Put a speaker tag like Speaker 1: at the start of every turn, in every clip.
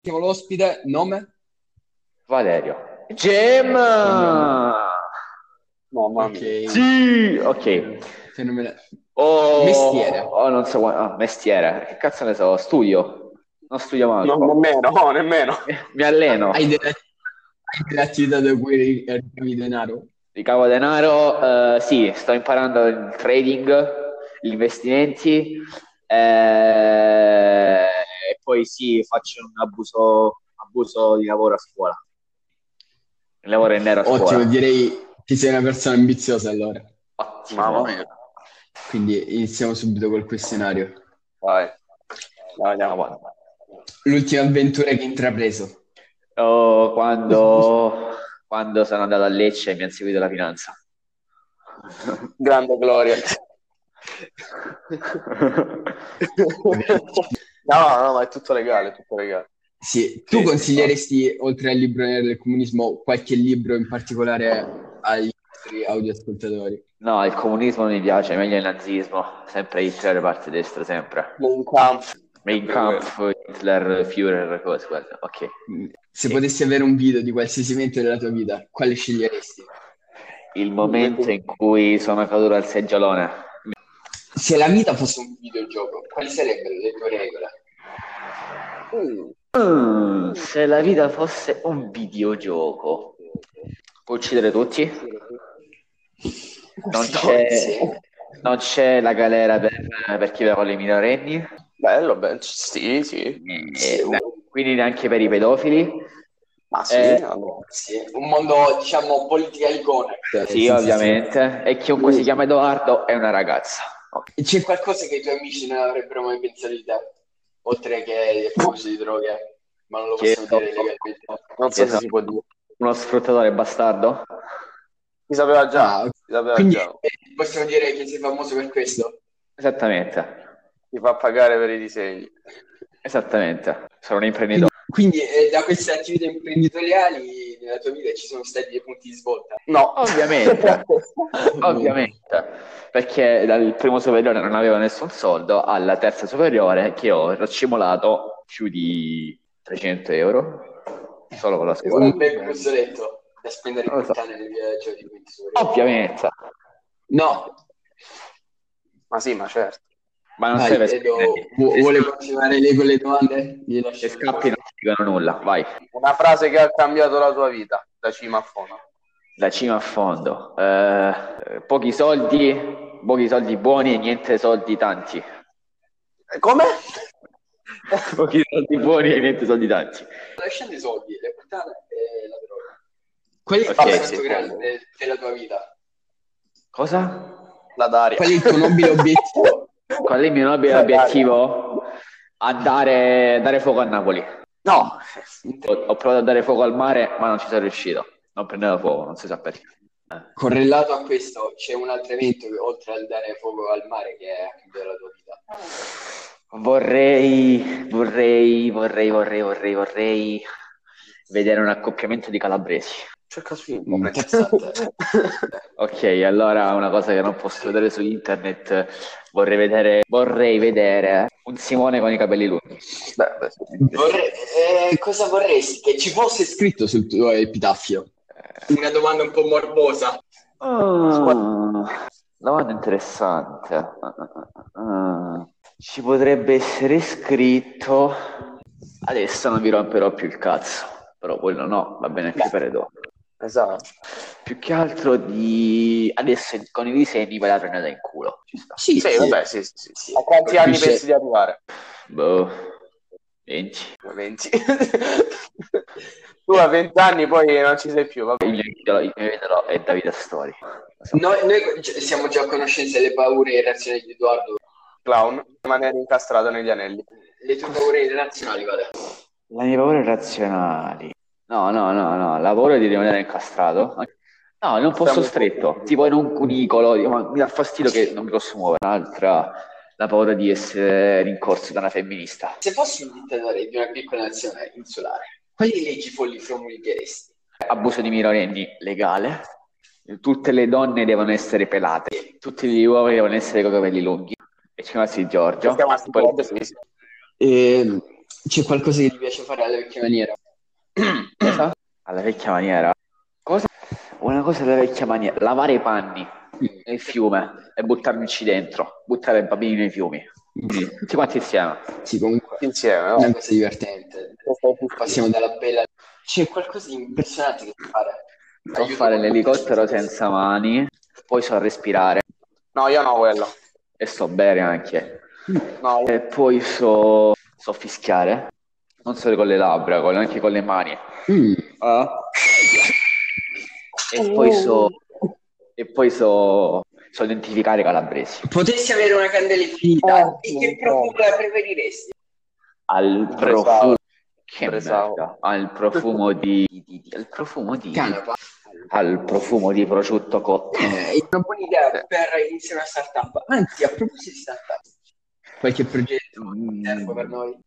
Speaker 1: Siamo l'ospite, nome?
Speaker 2: Valerio. Gemma!
Speaker 1: Mamma
Speaker 2: mia. Sì, ok.
Speaker 1: Fenomenale.
Speaker 2: Oh,
Speaker 1: Mestiere.
Speaker 2: Oh, non so, ah, mestiere. Che cazzo ne so, studio. Non studio mai.
Speaker 3: No, nemmeno, no, nemmeno.
Speaker 2: Mi alleno.
Speaker 1: Hai delle, hai delle attività da cui ri- ricavi denaro?
Speaker 2: Ricavo denaro, eh, sì, sto imparando il trading, gli investimenti, eh, e poi sì, faccio un abuso, abuso di lavoro a scuola. Il lavoro in nero a scuola.
Speaker 1: Ottimo, direi che sei una persona ambiziosa allora.
Speaker 2: Ottimo.
Speaker 3: Mamma mia.
Speaker 1: Quindi iniziamo subito col questionario.
Speaker 2: Vai.
Speaker 3: Dai, andiamo.
Speaker 2: Andiamo.
Speaker 1: L'ultima avventura che hai intrapreso?
Speaker 2: Oh, quando, quando sono andato a Lecce mi ha seguito la finanza.
Speaker 3: Grande gloria. No, no, ma è tutto legale, è tutto legale.
Speaker 1: Sì, tu
Speaker 3: Sì, sì,
Speaker 1: consiglieresti, oltre al libro Nero del comunismo, qualche libro in particolare agli nostri audioascoltatori?
Speaker 2: No, il comunismo non mi piace, meglio il nazismo, sempre Hitler, parte destra, sempre.
Speaker 3: Un campo.
Speaker 2: Mein Kampf, Hitler, Führer, cose, guarda, ok.
Speaker 1: Se potessi avere un video di qualsiasi evento della tua vita, quale sceglieresti?
Speaker 2: Il momento in cui sono caduto al seggiolone,
Speaker 1: Se la vita fosse un videogioco, quali sarebbero le tue regole?
Speaker 3: Mm.
Speaker 2: Mm, se la vita fosse un videogioco, può uccidere tutti, non
Speaker 1: Eh,
Speaker 2: c'è, non c'è la galera per, per chi va con i minorenni,
Speaker 3: Bello, bello. Sì, sì.
Speaker 2: e- quindi neanche per i pedofili.
Speaker 3: Ma sì,
Speaker 2: Eh,
Speaker 3: allora.
Speaker 1: Sì, un mondo, diciamo, Eh, politically correct.
Speaker 2: Sì, ovviamente. E chiunque si chiama Edoardo è una ragazza. Ok.
Speaker 1: C'è qualcosa che i tuoi amici non avrebbero mai pensato di te? Oltre che il uso di droghe, ma non lo
Speaker 2: Che-
Speaker 1: possiamo dire legalmente.
Speaker 3: Non so se
Speaker 2: Esatto.
Speaker 3: si può dire.
Speaker 2: Uno sfruttatore bastardo?
Speaker 3: Si sapeva già,
Speaker 1: Ah,
Speaker 3: si sapeva
Speaker 1: quindi
Speaker 3: già.
Speaker 1: eh, possiamo dire che sei famoso per questo?
Speaker 2: Esattamente.
Speaker 3: Si fa pagare per i disegni.
Speaker 2: Esattamente. Sono un imprenditore.
Speaker 1: Quindi eh, da queste attività imprenditoriali nella tua vita ci sono stati dei punti di svolta?
Speaker 3: No.
Speaker 2: Oh. Ovviamente. Ovviamente. Perché dal primo superiore non avevo nessun soldo, alla terza superiore che ho racimolato più di 300 euro solo con la
Speaker 1: È un
Speaker 2: scuola.
Speaker 1: bel gruzzoletto da spendere
Speaker 2: Non
Speaker 1: in
Speaker 2: lo so.
Speaker 1: puttane nel viaggio di quinti superiori.
Speaker 2: Oh. Ovviamente.
Speaker 1: No,
Speaker 3: Ma sì, ma certo.
Speaker 2: Ma non
Speaker 1: vai,
Speaker 2: serve
Speaker 1: Edo,
Speaker 2: se-
Speaker 1: vu-
Speaker 2: se-
Speaker 1: vuole continuare lei con le domande? Gli lascio
Speaker 2: se
Speaker 1: il
Speaker 2: scappi non
Speaker 1: posto.
Speaker 2: ti dicono nulla. Vai.
Speaker 3: Una frase che ha cambiato la tua vita, da cima a fondo.
Speaker 2: Da cima a fondo, Eh, pochi soldi, pochi soldi buoni e niente soldi tanti.
Speaker 3: Eh, Come?
Speaker 2: Pochi soldi buoni e niente soldi tanti.
Speaker 1: Lasciando i soldi, le puttane e la droga. Qual è il
Speaker 2: Ok,
Speaker 1: progetto
Speaker 2: sì.
Speaker 1: grande della tua vita?
Speaker 2: Cosa?
Speaker 3: La Daria.
Speaker 1: Qual è il tuo nobile obiettivo?
Speaker 2: Qual è il mio nobile
Speaker 3: Dai, dai.
Speaker 2: obiettivo? A dare, dare fuoco a Napoli.
Speaker 3: No.
Speaker 2: Ho, ho provato a dare fuoco al mare, ma non ci sono riuscito. Non prendeva fuoco, non si sa perché.
Speaker 1: Correlato a questo c'è un altro evento che oltre al dare fuoco al mare che è anche della tua vita.
Speaker 2: Vorrei, vorrei, vorrei, vorrei, vorrei, vorrei vedere un accoppiamento di calabresi.
Speaker 3: Cerca su
Speaker 1: Mm,
Speaker 3: internet.
Speaker 1: interessante.
Speaker 2: Ok, allora una cosa che non posso vedere su internet, vorrei vedere, vorrei vedere un Simone con i capelli lunghi.
Speaker 3: Beh, beh, sì.
Speaker 1: Vorrei- eh, cosa vorresti che ci fosse scritto sul tuo epitaffio? Una domanda un po' morbosa.
Speaker 2: Ah, domanda interessante. Ah, ci potrebbe essere scritto... Adesso non vi romperò più il cazzo, però quello no, va bene anche per Edo.
Speaker 3: Esatto.
Speaker 2: Più che altro di... Adesso con i disegni ve la prendete in culo, ci sta.
Speaker 1: Sì,
Speaker 3: Sì, vabbè, sì, sì, sì.
Speaker 1: Sì.
Speaker 3: A quanti anni
Speaker 1: Colpisce-
Speaker 3: pensi di arrivare?
Speaker 2: Boh, 20.
Speaker 3: 20. tu a 20 anni poi non ci sei più, vabbè.
Speaker 2: Il mio idolo, il mio idolo è Davide Astori.
Speaker 1: Noi, noi c- siamo già a conoscenza delle paure irrazionali di Edoardo.
Speaker 3: Clown, rimanere incastrato negli anelli.
Speaker 1: Le tue paure irrazionali, vada.
Speaker 2: La mia paura irrazionali. No, no, no, no, la paura di rimanere incastrato. No, non posso
Speaker 3: Siamo-
Speaker 2: stretto, tipo in un cunicolo, dico, ma mi dà fastidio che non mi posso muovere. Un'altra, la paura di essere rincorso da una femminista.
Speaker 1: Se fossi un dittatore di una piccola nazione insulare, quali leggi folli promulgheresti?
Speaker 2: Abuso di minorenni legale. Tutte le donne devono essere pelate, tutti gli uomini devono essere con i capelli lunghi. E ci chiamassi Giorgio.
Speaker 3: Chiamarsi
Speaker 2: Poi-
Speaker 3: Bob, sì, sì.
Speaker 1: Ehm, c'è qualcosa che ti piace fare alla vecchia maniera.
Speaker 2: Cosa? Alla vecchia maniera. Cosa? Una cosa alla vecchia maniera. Lavare i panni nel fiume e buttarmici dentro. Buttare i bambini nei fiumi. Tutti quanti insieme.
Speaker 1: Sì, comunque
Speaker 3: Insieme,
Speaker 1: è
Speaker 3: no?
Speaker 1: una cosa divertente.
Speaker 3: Sì.
Speaker 1: Passiamo dalla bella... C'è qualcosa di impressionante che puoi fare.
Speaker 2: So fare l'elicottero senza mani, poi so respirare
Speaker 3: No, io no quello.
Speaker 2: e so bere anche.
Speaker 3: No,
Speaker 2: E poi so, so fischiare. Non solo con le labbra, con- anche con le mani.
Speaker 1: Mm.
Speaker 2: E poi
Speaker 3: Oh.
Speaker 2: so. E poi so. So identificare i calabresi.
Speaker 1: Potessi avere una candela infinita
Speaker 3: Oh,
Speaker 1: e che
Speaker 3: no.
Speaker 1: profumo la preferiresti?
Speaker 2: Al
Speaker 3: Presavo.
Speaker 2: profumo. Che
Speaker 3: Presavo.
Speaker 2: merda. Al profumo di. di- di- al profumo di.
Speaker 1: Canapa.
Speaker 2: Al profumo di prosciutto cotto.
Speaker 1: Eh, è una buona idea per iniziare una startup. Anzi, a proposito di startup, qualche progetto
Speaker 2: Mm.
Speaker 1: serve per noi?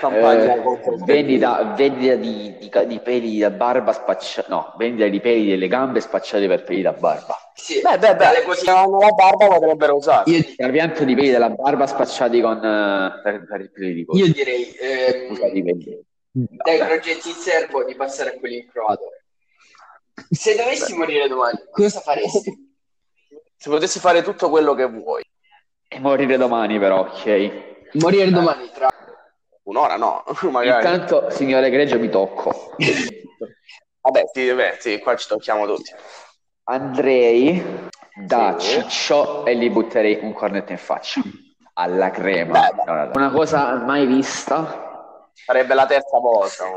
Speaker 3: campagna
Speaker 2: Eh,
Speaker 3: contro-
Speaker 2: vendita, vendita di, di ca- di peli da barba spacciati, no, vendita di peli delle gambe spacciati per peli da barba.
Speaker 1: Sì,
Speaker 3: Beh, beh,
Speaker 1: dalle
Speaker 3: beh,
Speaker 1: cose-
Speaker 3: se hanno la barba potrebbero usare.
Speaker 1: Io,
Speaker 2: Cambiamento di peli della barba spacciati con eh, per, per i peli di coda.
Speaker 1: io direi ehm,
Speaker 2: Scusa, di peli.
Speaker 3: Mm.
Speaker 1: dai
Speaker 2: Vabbè.
Speaker 1: progetti in serbo di passare a quelli in croato. Se dovessi morire domani, cosa faresti?
Speaker 3: Se potessi fare tutto quello che vuoi.
Speaker 2: E morire domani però, ok?
Speaker 1: Morire domani Ah, tra
Speaker 3: Un'ora no, magari.
Speaker 2: Intanto, signore Greggio, mi tocco.
Speaker 3: Vabbè, sì, vabbè, sì, qua ci tocchiamo tutti.
Speaker 2: Andrei da
Speaker 3: Sì.
Speaker 2: Ciccio e gli butterei un cornetto in faccia. Alla crema.
Speaker 3: Beh, beh.
Speaker 2: No, no, no. Una cosa mai vista.
Speaker 3: Sarebbe la terza volta.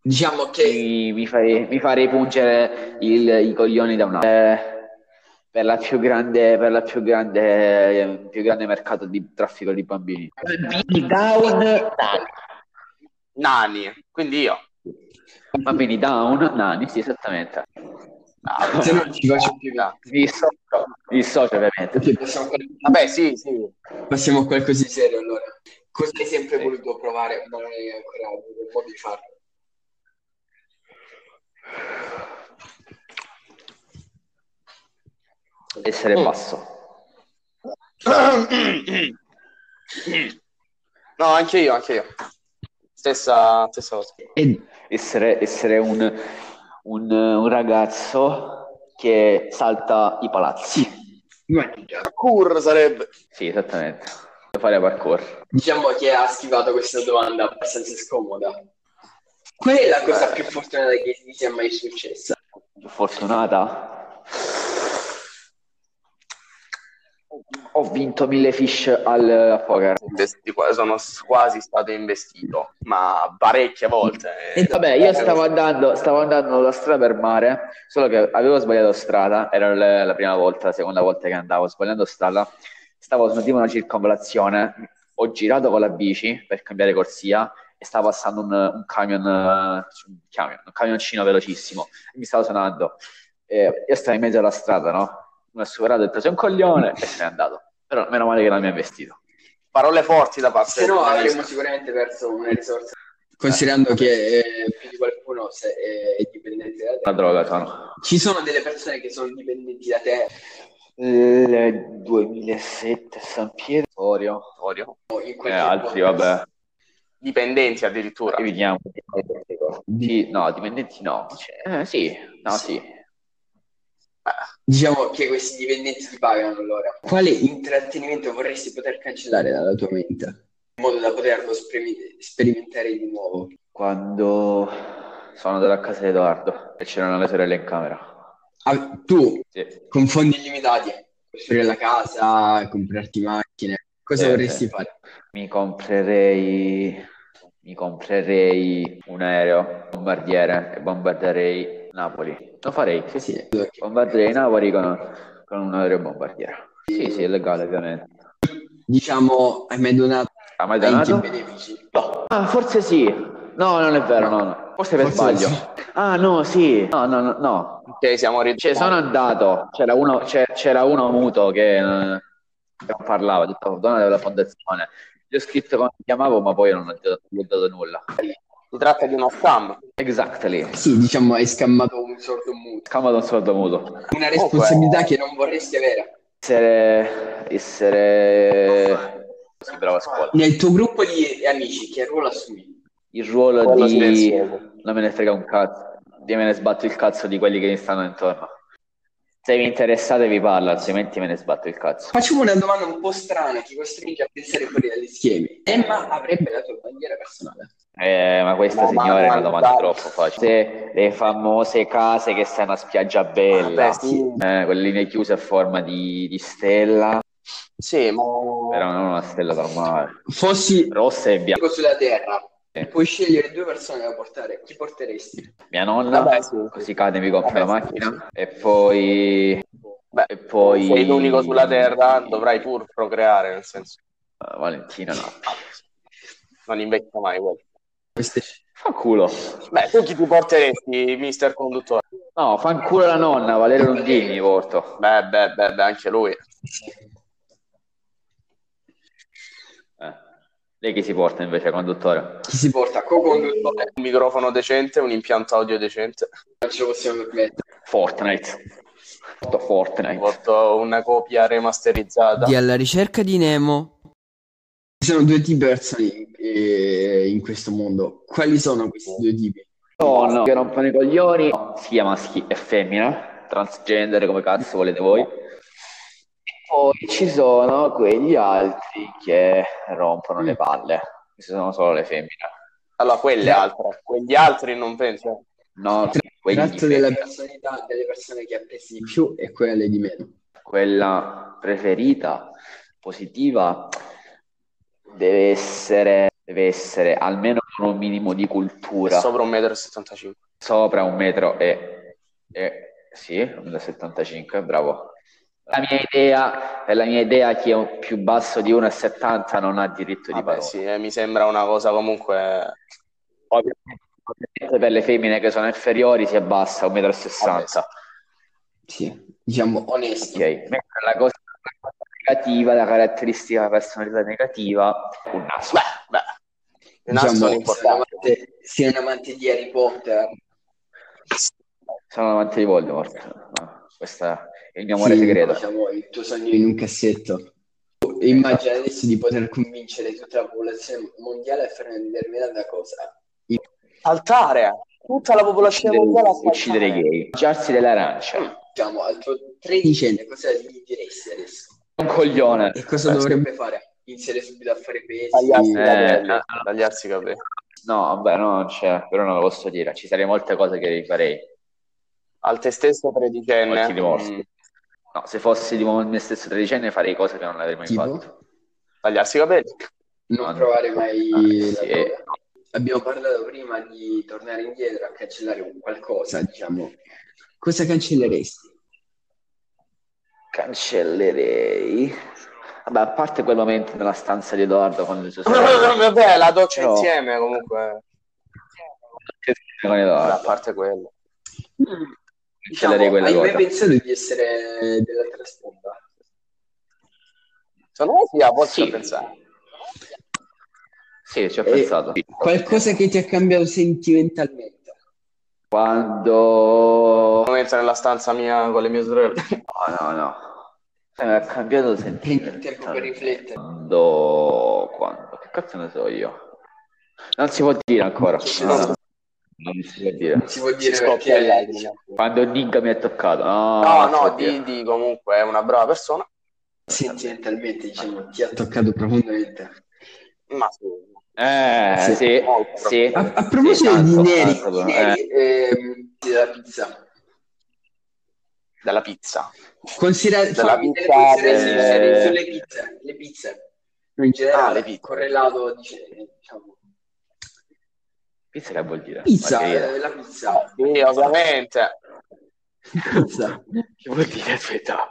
Speaker 1: diciamo che
Speaker 2: mi, mi farei, mi farei pungere il- i coglioni da una eh, per la più grande per la più grande eh, più grande mercato di traffico di bambini bambini down
Speaker 3: Nani, quindi io.
Speaker 2: bambini down nani sì esattamente
Speaker 1: se non ci faccio più là.
Speaker 2: dissocio dissocio ovviamente
Speaker 1: Ok, passiamo a qual-
Speaker 3: Vabbè, sì, sì.
Speaker 1: passiamo a qualcosa di serio allora. Cosa hai sempre voluto provare, ma non hai ancora avuto il modo di farlo?
Speaker 2: essere basso
Speaker 3: No, anche io, anche io. Stessa, stessa cosa.
Speaker 1: E
Speaker 2: essere, essere un, un- un ragazzo che salta i palazzi
Speaker 3: Cur sarebbe.
Speaker 2: sì esattamente fare parkour
Speaker 1: Diciamo che ha schivato questa domanda abbastanza scomoda. Qual è la cosa più fortunata che ti sia mai successa?
Speaker 2: più fortunata? Ho vinto mille fish al a poker.
Speaker 3: Investi- Sono quasi stato investito, ma parecchie volte.
Speaker 1: E
Speaker 2: Vabbè, io stavo andando, stavo andando la strada per mare, solo che avevo sbagliato strada, era l- la prima volta, la seconda volta che andavo sbagliando strada, stavo su tipo una circonvalazione, ho girato con la bici per cambiare corsia e stava passando un, un camion, eh, un camion, un camioncino velocissimo, mi stava suonando, e io stavo in mezzo alla strada, no? Mi ha superato, ho detto sei un coglione e se n'è andato, però meno male che non mi ha vestito.
Speaker 3: Parole forti da parte
Speaker 1: Se no
Speaker 3: del-
Speaker 1: avremmo sicuramente perso una risorsa. Considerando che eh, più di qualcuno se- eh, è dipendente da te.
Speaker 2: Una droga sono.
Speaker 1: Ci sono delle persone che sono dipendenti da te,
Speaker 2: Il 2007 San Pietro. Orio.
Speaker 3: Orio.
Speaker 1: o in
Speaker 2: Eh,
Speaker 1: qualche
Speaker 2: altri,
Speaker 1: modo.
Speaker 2: vabbè.
Speaker 3: Dipendenti addirittura.
Speaker 2: Evitiamo.
Speaker 1: Mm.
Speaker 2: Sì, no, dipendenti no. Cioè, eh, sì, no, sì.
Speaker 1: Diciamo che questi dipendenti ti pagano allora. Quale intrattenimento vorresti poter cancellare dalla tua mente? In modo da poterlo spremi- sperimentare di nuovo.
Speaker 2: Quando sono andato a casa di Edoardo e c'erano le sorelle in camera.
Speaker 1: Ah, tu
Speaker 2: Sì.
Speaker 1: con fondi illimitati, costruire la casa, comprarti macchine, cosa
Speaker 2: Eh,
Speaker 1: vorresti
Speaker 2: sì.
Speaker 1: fare?
Speaker 2: Mi comprerei. Mi comprerei un aereo, un bombardiere e bombarderei Napoli. Lo farei, sì, sì. Bombarderei Napoli con, con un aereo bombardiere. Sì, sì, è legale, ovviamente.
Speaker 1: Diciamo, hai mai donato
Speaker 2: Ha mai
Speaker 1: anche
Speaker 2: donato?
Speaker 1: benefici?
Speaker 2: Ah, forse sì. No, non è vero, no, no. Forse per
Speaker 1: Forse
Speaker 2: sbaglio.
Speaker 1: sì.
Speaker 2: Ah, no, sì. No, no, no, no.
Speaker 3: Ok, siamo ri-
Speaker 2: Cioè, sono andato. C'era uno, c'è- c'era uno muto che eh, non parlava, ho detto donato alla fondazione. Gli ho scritto come mi chiamavo, ma poi non ho dato, gli ho dato nulla.
Speaker 3: Si tratta di uno scam.
Speaker 2: Exactly.
Speaker 1: Sì, diciamo, hai scammato un sordo muto.
Speaker 2: Scamato un sordo muto.
Speaker 1: Una responsabilità che non vorresti avere.
Speaker 2: Essere. essere. Sì, brava scuola.
Speaker 1: Nel tuo gruppo di amici, che ruolo assumi?
Speaker 2: Il ruolo
Speaker 3: Quello
Speaker 2: di...
Speaker 3: scherzo.
Speaker 2: Non me ne frega un cazzo. Io me ne sbatto il cazzo di quelli che mi stanno intorno. Se vi interessate vi parlo, altrimenti me ne sbatto il cazzo.
Speaker 1: Facciamo una domanda un po' strana che costringe a pensare fuori dagli schemi. Emma avrebbe la tua bandiera personale.
Speaker 2: Eh, ma questa
Speaker 3: No, ma
Speaker 2: signora è una domanda
Speaker 3: guarda-
Speaker 2: troppo facile. Se le famose case che stanno a spiaggia bella,
Speaker 3: Vabbè, sì.
Speaker 2: eh, quelle linee chiuse a forma di, di stella,
Speaker 3: Sì, ma...
Speaker 2: però non una stella normale,
Speaker 1: Fossi
Speaker 2: rossa e bianca.
Speaker 1: Dico sulla terra,
Speaker 2: Sì.
Speaker 1: puoi scegliere due persone da portare. Chi porteresti?
Speaker 2: Mia nonna,
Speaker 3: Vabbè, sì.
Speaker 2: così cade mi compra la
Speaker 3: Vabbè, sì,
Speaker 2: macchina, e poi...
Speaker 3: Beh,
Speaker 2: e poi...
Speaker 3: Sei l'unico sulla Terra, dovrai pur procreare, nel senso,
Speaker 2: Ah, Valentina, no.
Speaker 3: non invecchia mai quello.
Speaker 1: Queste
Speaker 2: Fa culo.
Speaker 3: Beh, tu chi ti porteresti, mister conduttore?
Speaker 2: No, fa in culo la nonna, Valerio Lundini mi porto.
Speaker 3: Beh, beh, beh, beh, anche lui.
Speaker 2: Eh. Lei chi si porta invece, conduttore?
Speaker 1: chi si porta? Co-conduttore,
Speaker 3: Un microfono decente, un impianto audio decente.
Speaker 1: non ce lo possiamo permettere.
Speaker 2: Fortnite. Porto Fortnite.
Speaker 3: Porto una copia remasterizzata.
Speaker 4: alla ricerca di Nemo.
Speaker 1: Ci sono due tipi di persone eh, in questo mondo. Quali sono questi due tipi?
Speaker 2: Oh no, che rompono i coglioni. No, sia maschi e femmina, transgender come cazzo volete voi. E poi ci sono quegli altri che rompono le palle. Queste sono solo le femmine.
Speaker 3: Allora, quelle altre. Quegli altri non penso.
Speaker 2: No,
Speaker 1: Il
Speaker 2: quegli
Speaker 1: tratto della
Speaker 2: femmina.
Speaker 1: personalità delle persone che apprezzi di più e quelle di meno.
Speaker 2: quella preferita, positiva, deve essere, deve essere almeno con un minimo di cultura
Speaker 3: Sopra un metro e 75.
Speaker 2: sopra un metro e, e sì, 1,75, bravo. La mia idea è la mia idea che un- più basso di 1,70 non ha diritto di
Speaker 3: Vabbè,
Speaker 2: parola.
Speaker 3: sì, eh, mi sembra una cosa comunque...
Speaker 2: Ovviamente, ovviamente per le femmine che sono inferiori si abbassa 1,60 m.
Speaker 1: Sì, diciamo
Speaker 2: Ok,
Speaker 1: onesti.
Speaker 2: mentre la cosa, la cosa negativa, la caratteristica della personalità negativa, un naso.
Speaker 3: Beh, beh. I nastri
Speaker 1: Diciamo,
Speaker 3: sono
Speaker 1: se un
Speaker 3: importanti.
Speaker 2: esatto.
Speaker 1: amante- se un amante di Harry Potter,
Speaker 2: Sono davanti di Voldemort. No, questo è il mio amore
Speaker 1: sì,
Speaker 2: segreto.
Speaker 1: diciamo, il tuo sogno in un cassetto. E Immagina adesso di poter convincere tutta la popolazione mondiale a fare una determinata cosa.
Speaker 3: Saltare! Tutta la popolazione mondiale a
Speaker 2: Uccidere, uccidere
Speaker 3: saltare.
Speaker 2: i gay. Mangiarsi dell'arancia.
Speaker 1: Diciamo, al tuo tredicenne cosa gli diresti adesso?
Speaker 2: Un coglione.
Speaker 1: E cosa
Speaker 2: Eh,
Speaker 1: dovrebbe fare? Iniziare subito a fare pesi?
Speaker 3: Tagliarsi i
Speaker 2: Eh,
Speaker 3: capelli.
Speaker 2: eh.
Speaker 3: Tagliarsi i capelli.
Speaker 2: No, vabbè, no, non c'è, però non lo posso dire. Ci sarei molte cose che rifarei.
Speaker 3: Al te stesso tredicenne.
Speaker 2: Molti rimorsi.
Speaker 3: mm,
Speaker 2: No, se fossi di nuovo il mio stesso tredicenne farei cose che non avrei mai
Speaker 1: Tipo?
Speaker 2: fatto.
Speaker 3: Tagliarsi i capelli.
Speaker 1: Non
Speaker 2: No,
Speaker 1: provare
Speaker 2: no.
Speaker 1: mai
Speaker 2: Ah,
Speaker 1: la
Speaker 2: sì,
Speaker 1: droga?
Speaker 2: eh,
Speaker 1: Abbiamo parlato prima di tornare indietro a cancellare un qualcosa, diciamo. Cosa cancelleresti?
Speaker 2: Cancellerei. Vabbè, a parte quel momento nella stanza di Edoardo con il suo
Speaker 3: Vabbè, la doccia
Speaker 2: Però-
Speaker 3: insieme comunque.
Speaker 2: con
Speaker 3: A
Speaker 2: Edoardo.
Speaker 3: parte quello.
Speaker 1: Mm. Diciamo,
Speaker 2: Cancellerei quella
Speaker 1: hai mai
Speaker 2: cosa.
Speaker 1: pensato di essere dell'altra sponda?
Speaker 3: Secondo me sì, a volte
Speaker 2: Sì.
Speaker 3: pensare.
Speaker 2: Sì, ci ho
Speaker 1: Eh,
Speaker 2: pensato.
Speaker 1: Qualcosa che ti ha cambiato sentimentalmente?
Speaker 2: Quando...
Speaker 3: Un momento nella stanza mia con le mie sorelle.
Speaker 2: No, no, no. Eh, mi ha cambiato sentire.
Speaker 1: Prendi tempo per riflettere.
Speaker 2: Quando... Quando? Che cazzo ne so io? Non si può dire ancora. No, no. Non si può dire.
Speaker 1: Si può dire
Speaker 3: Si scoppia
Speaker 1: perché
Speaker 3: in lacrime.
Speaker 2: Quando Ninga mi ha toccato. No,
Speaker 3: No,
Speaker 2: non si può
Speaker 3: no,
Speaker 2: dire.
Speaker 3: di, di comunque è una brava persona.
Speaker 1: sentimentalmente, diciamo, ti ha toccato profondamente.
Speaker 3: Ma sì.
Speaker 2: Eh,
Speaker 1: Sì.
Speaker 2: sì. Sì,
Speaker 3: Molto.
Speaker 1: A, a proposito
Speaker 2: Sì,
Speaker 1: di
Speaker 2: tanto,
Speaker 1: neri,
Speaker 2: tanto,
Speaker 1: i
Speaker 2: eh.
Speaker 1: neri, ehm, della pizza,
Speaker 3: Della pizza.
Speaker 1: Considera-
Speaker 3: Della
Speaker 1: fammi delle
Speaker 3: pizza,
Speaker 1: considerazioni
Speaker 2: eh.
Speaker 1: sulle pizze, le pizze. In generale,
Speaker 3: Ah, le pizze.
Speaker 1: correlato, dice- diciamo,
Speaker 2: Pizza che vuol dire?
Speaker 1: pizza,
Speaker 2: Margherita.
Speaker 1: eh, la pizza,
Speaker 3: Sì, ovviamente.
Speaker 1: pizza.
Speaker 2: Che vuol dire aspetta?
Speaker 3: Era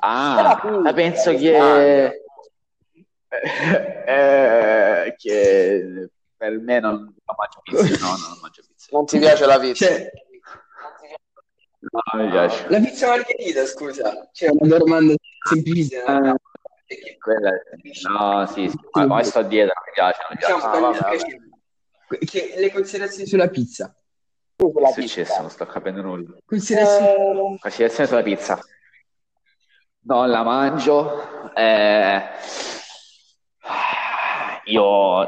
Speaker 2: Ah,
Speaker 3: pizza,
Speaker 2: ma penso
Speaker 3: era
Speaker 2: che... Eh, che per me non, non mangio pizza, no, no, non mangio pizza.
Speaker 3: Non ti piace la pizza?
Speaker 1: Cioè,
Speaker 2: No, non mi piace.
Speaker 1: la pizza margherita, scusa, Eh, c'è cioè, una domanda semplicissima. Perché,
Speaker 2: Quella è- No, sì, sì, ma ma sto dietro, non mi piace, non mi piace.
Speaker 1: diciamo,
Speaker 3: Ah,
Speaker 1: quali-
Speaker 3: vabbè, vabbè.
Speaker 1: che- che le considerazioni sulla pizza,
Speaker 3: Tu
Speaker 2: Che
Speaker 3: sulla
Speaker 2: è successo?
Speaker 3: pizza.
Speaker 2: Non sto capendo nulla.
Speaker 1: considerazioni
Speaker 2: Considerazione sulla pizza. Non la mangio. eh, Io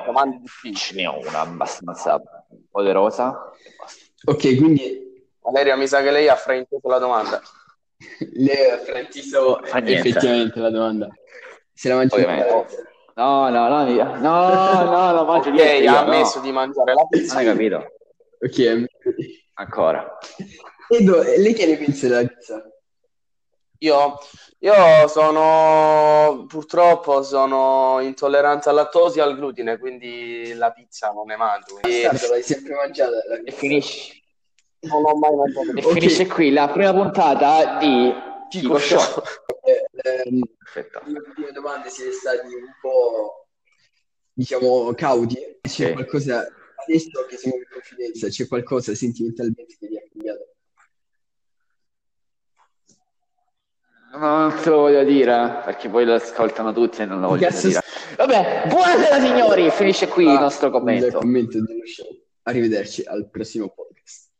Speaker 3: Domande difficili.
Speaker 2: ce ne ho una abbastanza poderosa.
Speaker 1: Ok, quindi
Speaker 3: Valeria, mi sa che lei ha frainteso la domanda.
Speaker 1: lei ha frainteso
Speaker 2: Fa niente.
Speaker 1: effettivamente la domanda. Se la mangia
Speaker 2: Ovviamente.
Speaker 1: tutta.
Speaker 2: No, no, no, mi- no, no, no, mangio niente
Speaker 3: Lei
Speaker 2: io,
Speaker 3: ha
Speaker 2: no.
Speaker 3: ammesso di mangiare la
Speaker 2: Non
Speaker 3: pizza.
Speaker 2: hai capito?
Speaker 1: Ok. eh,
Speaker 2: Ancora.
Speaker 1: Edo, eh, lei che ne pensa della pizza?
Speaker 3: Io, io sono purtroppo sono intollerante al lattosio e al glutine, quindi la pizza non ne mangio. quindi
Speaker 1: Bastardo, l'hai sempre mangiata la
Speaker 2: E
Speaker 1: pizza.
Speaker 2: finisce,
Speaker 3: non ho mai mangiato
Speaker 2: e
Speaker 1: Ok.
Speaker 2: finisce qui la prima puntata di Chico Show.
Speaker 1: Ehm,
Speaker 2: Perfetto.
Speaker 1: le ultime domande siete stati un po', diciamo, cauti. C'è
Speaker 2: Sì.
Speaker 1: qualcosa, adesso che siamo in confidenza, c'è qualcosa sentimentalmente che vi ha cambiato?
Speaker 2: Non te lo voglio dire, eh, perché poi lo ascoltano tutti e non lo voglio
Speaker 1: Cazzo,
Speaker 2: dire. Ah, Vabbè, buonasera signori, finisce qui il nostro
Speaker 1: Il
Speaker 2: commento.
Speaker 1: commento dello show. Arrivederci al prossimo podcast.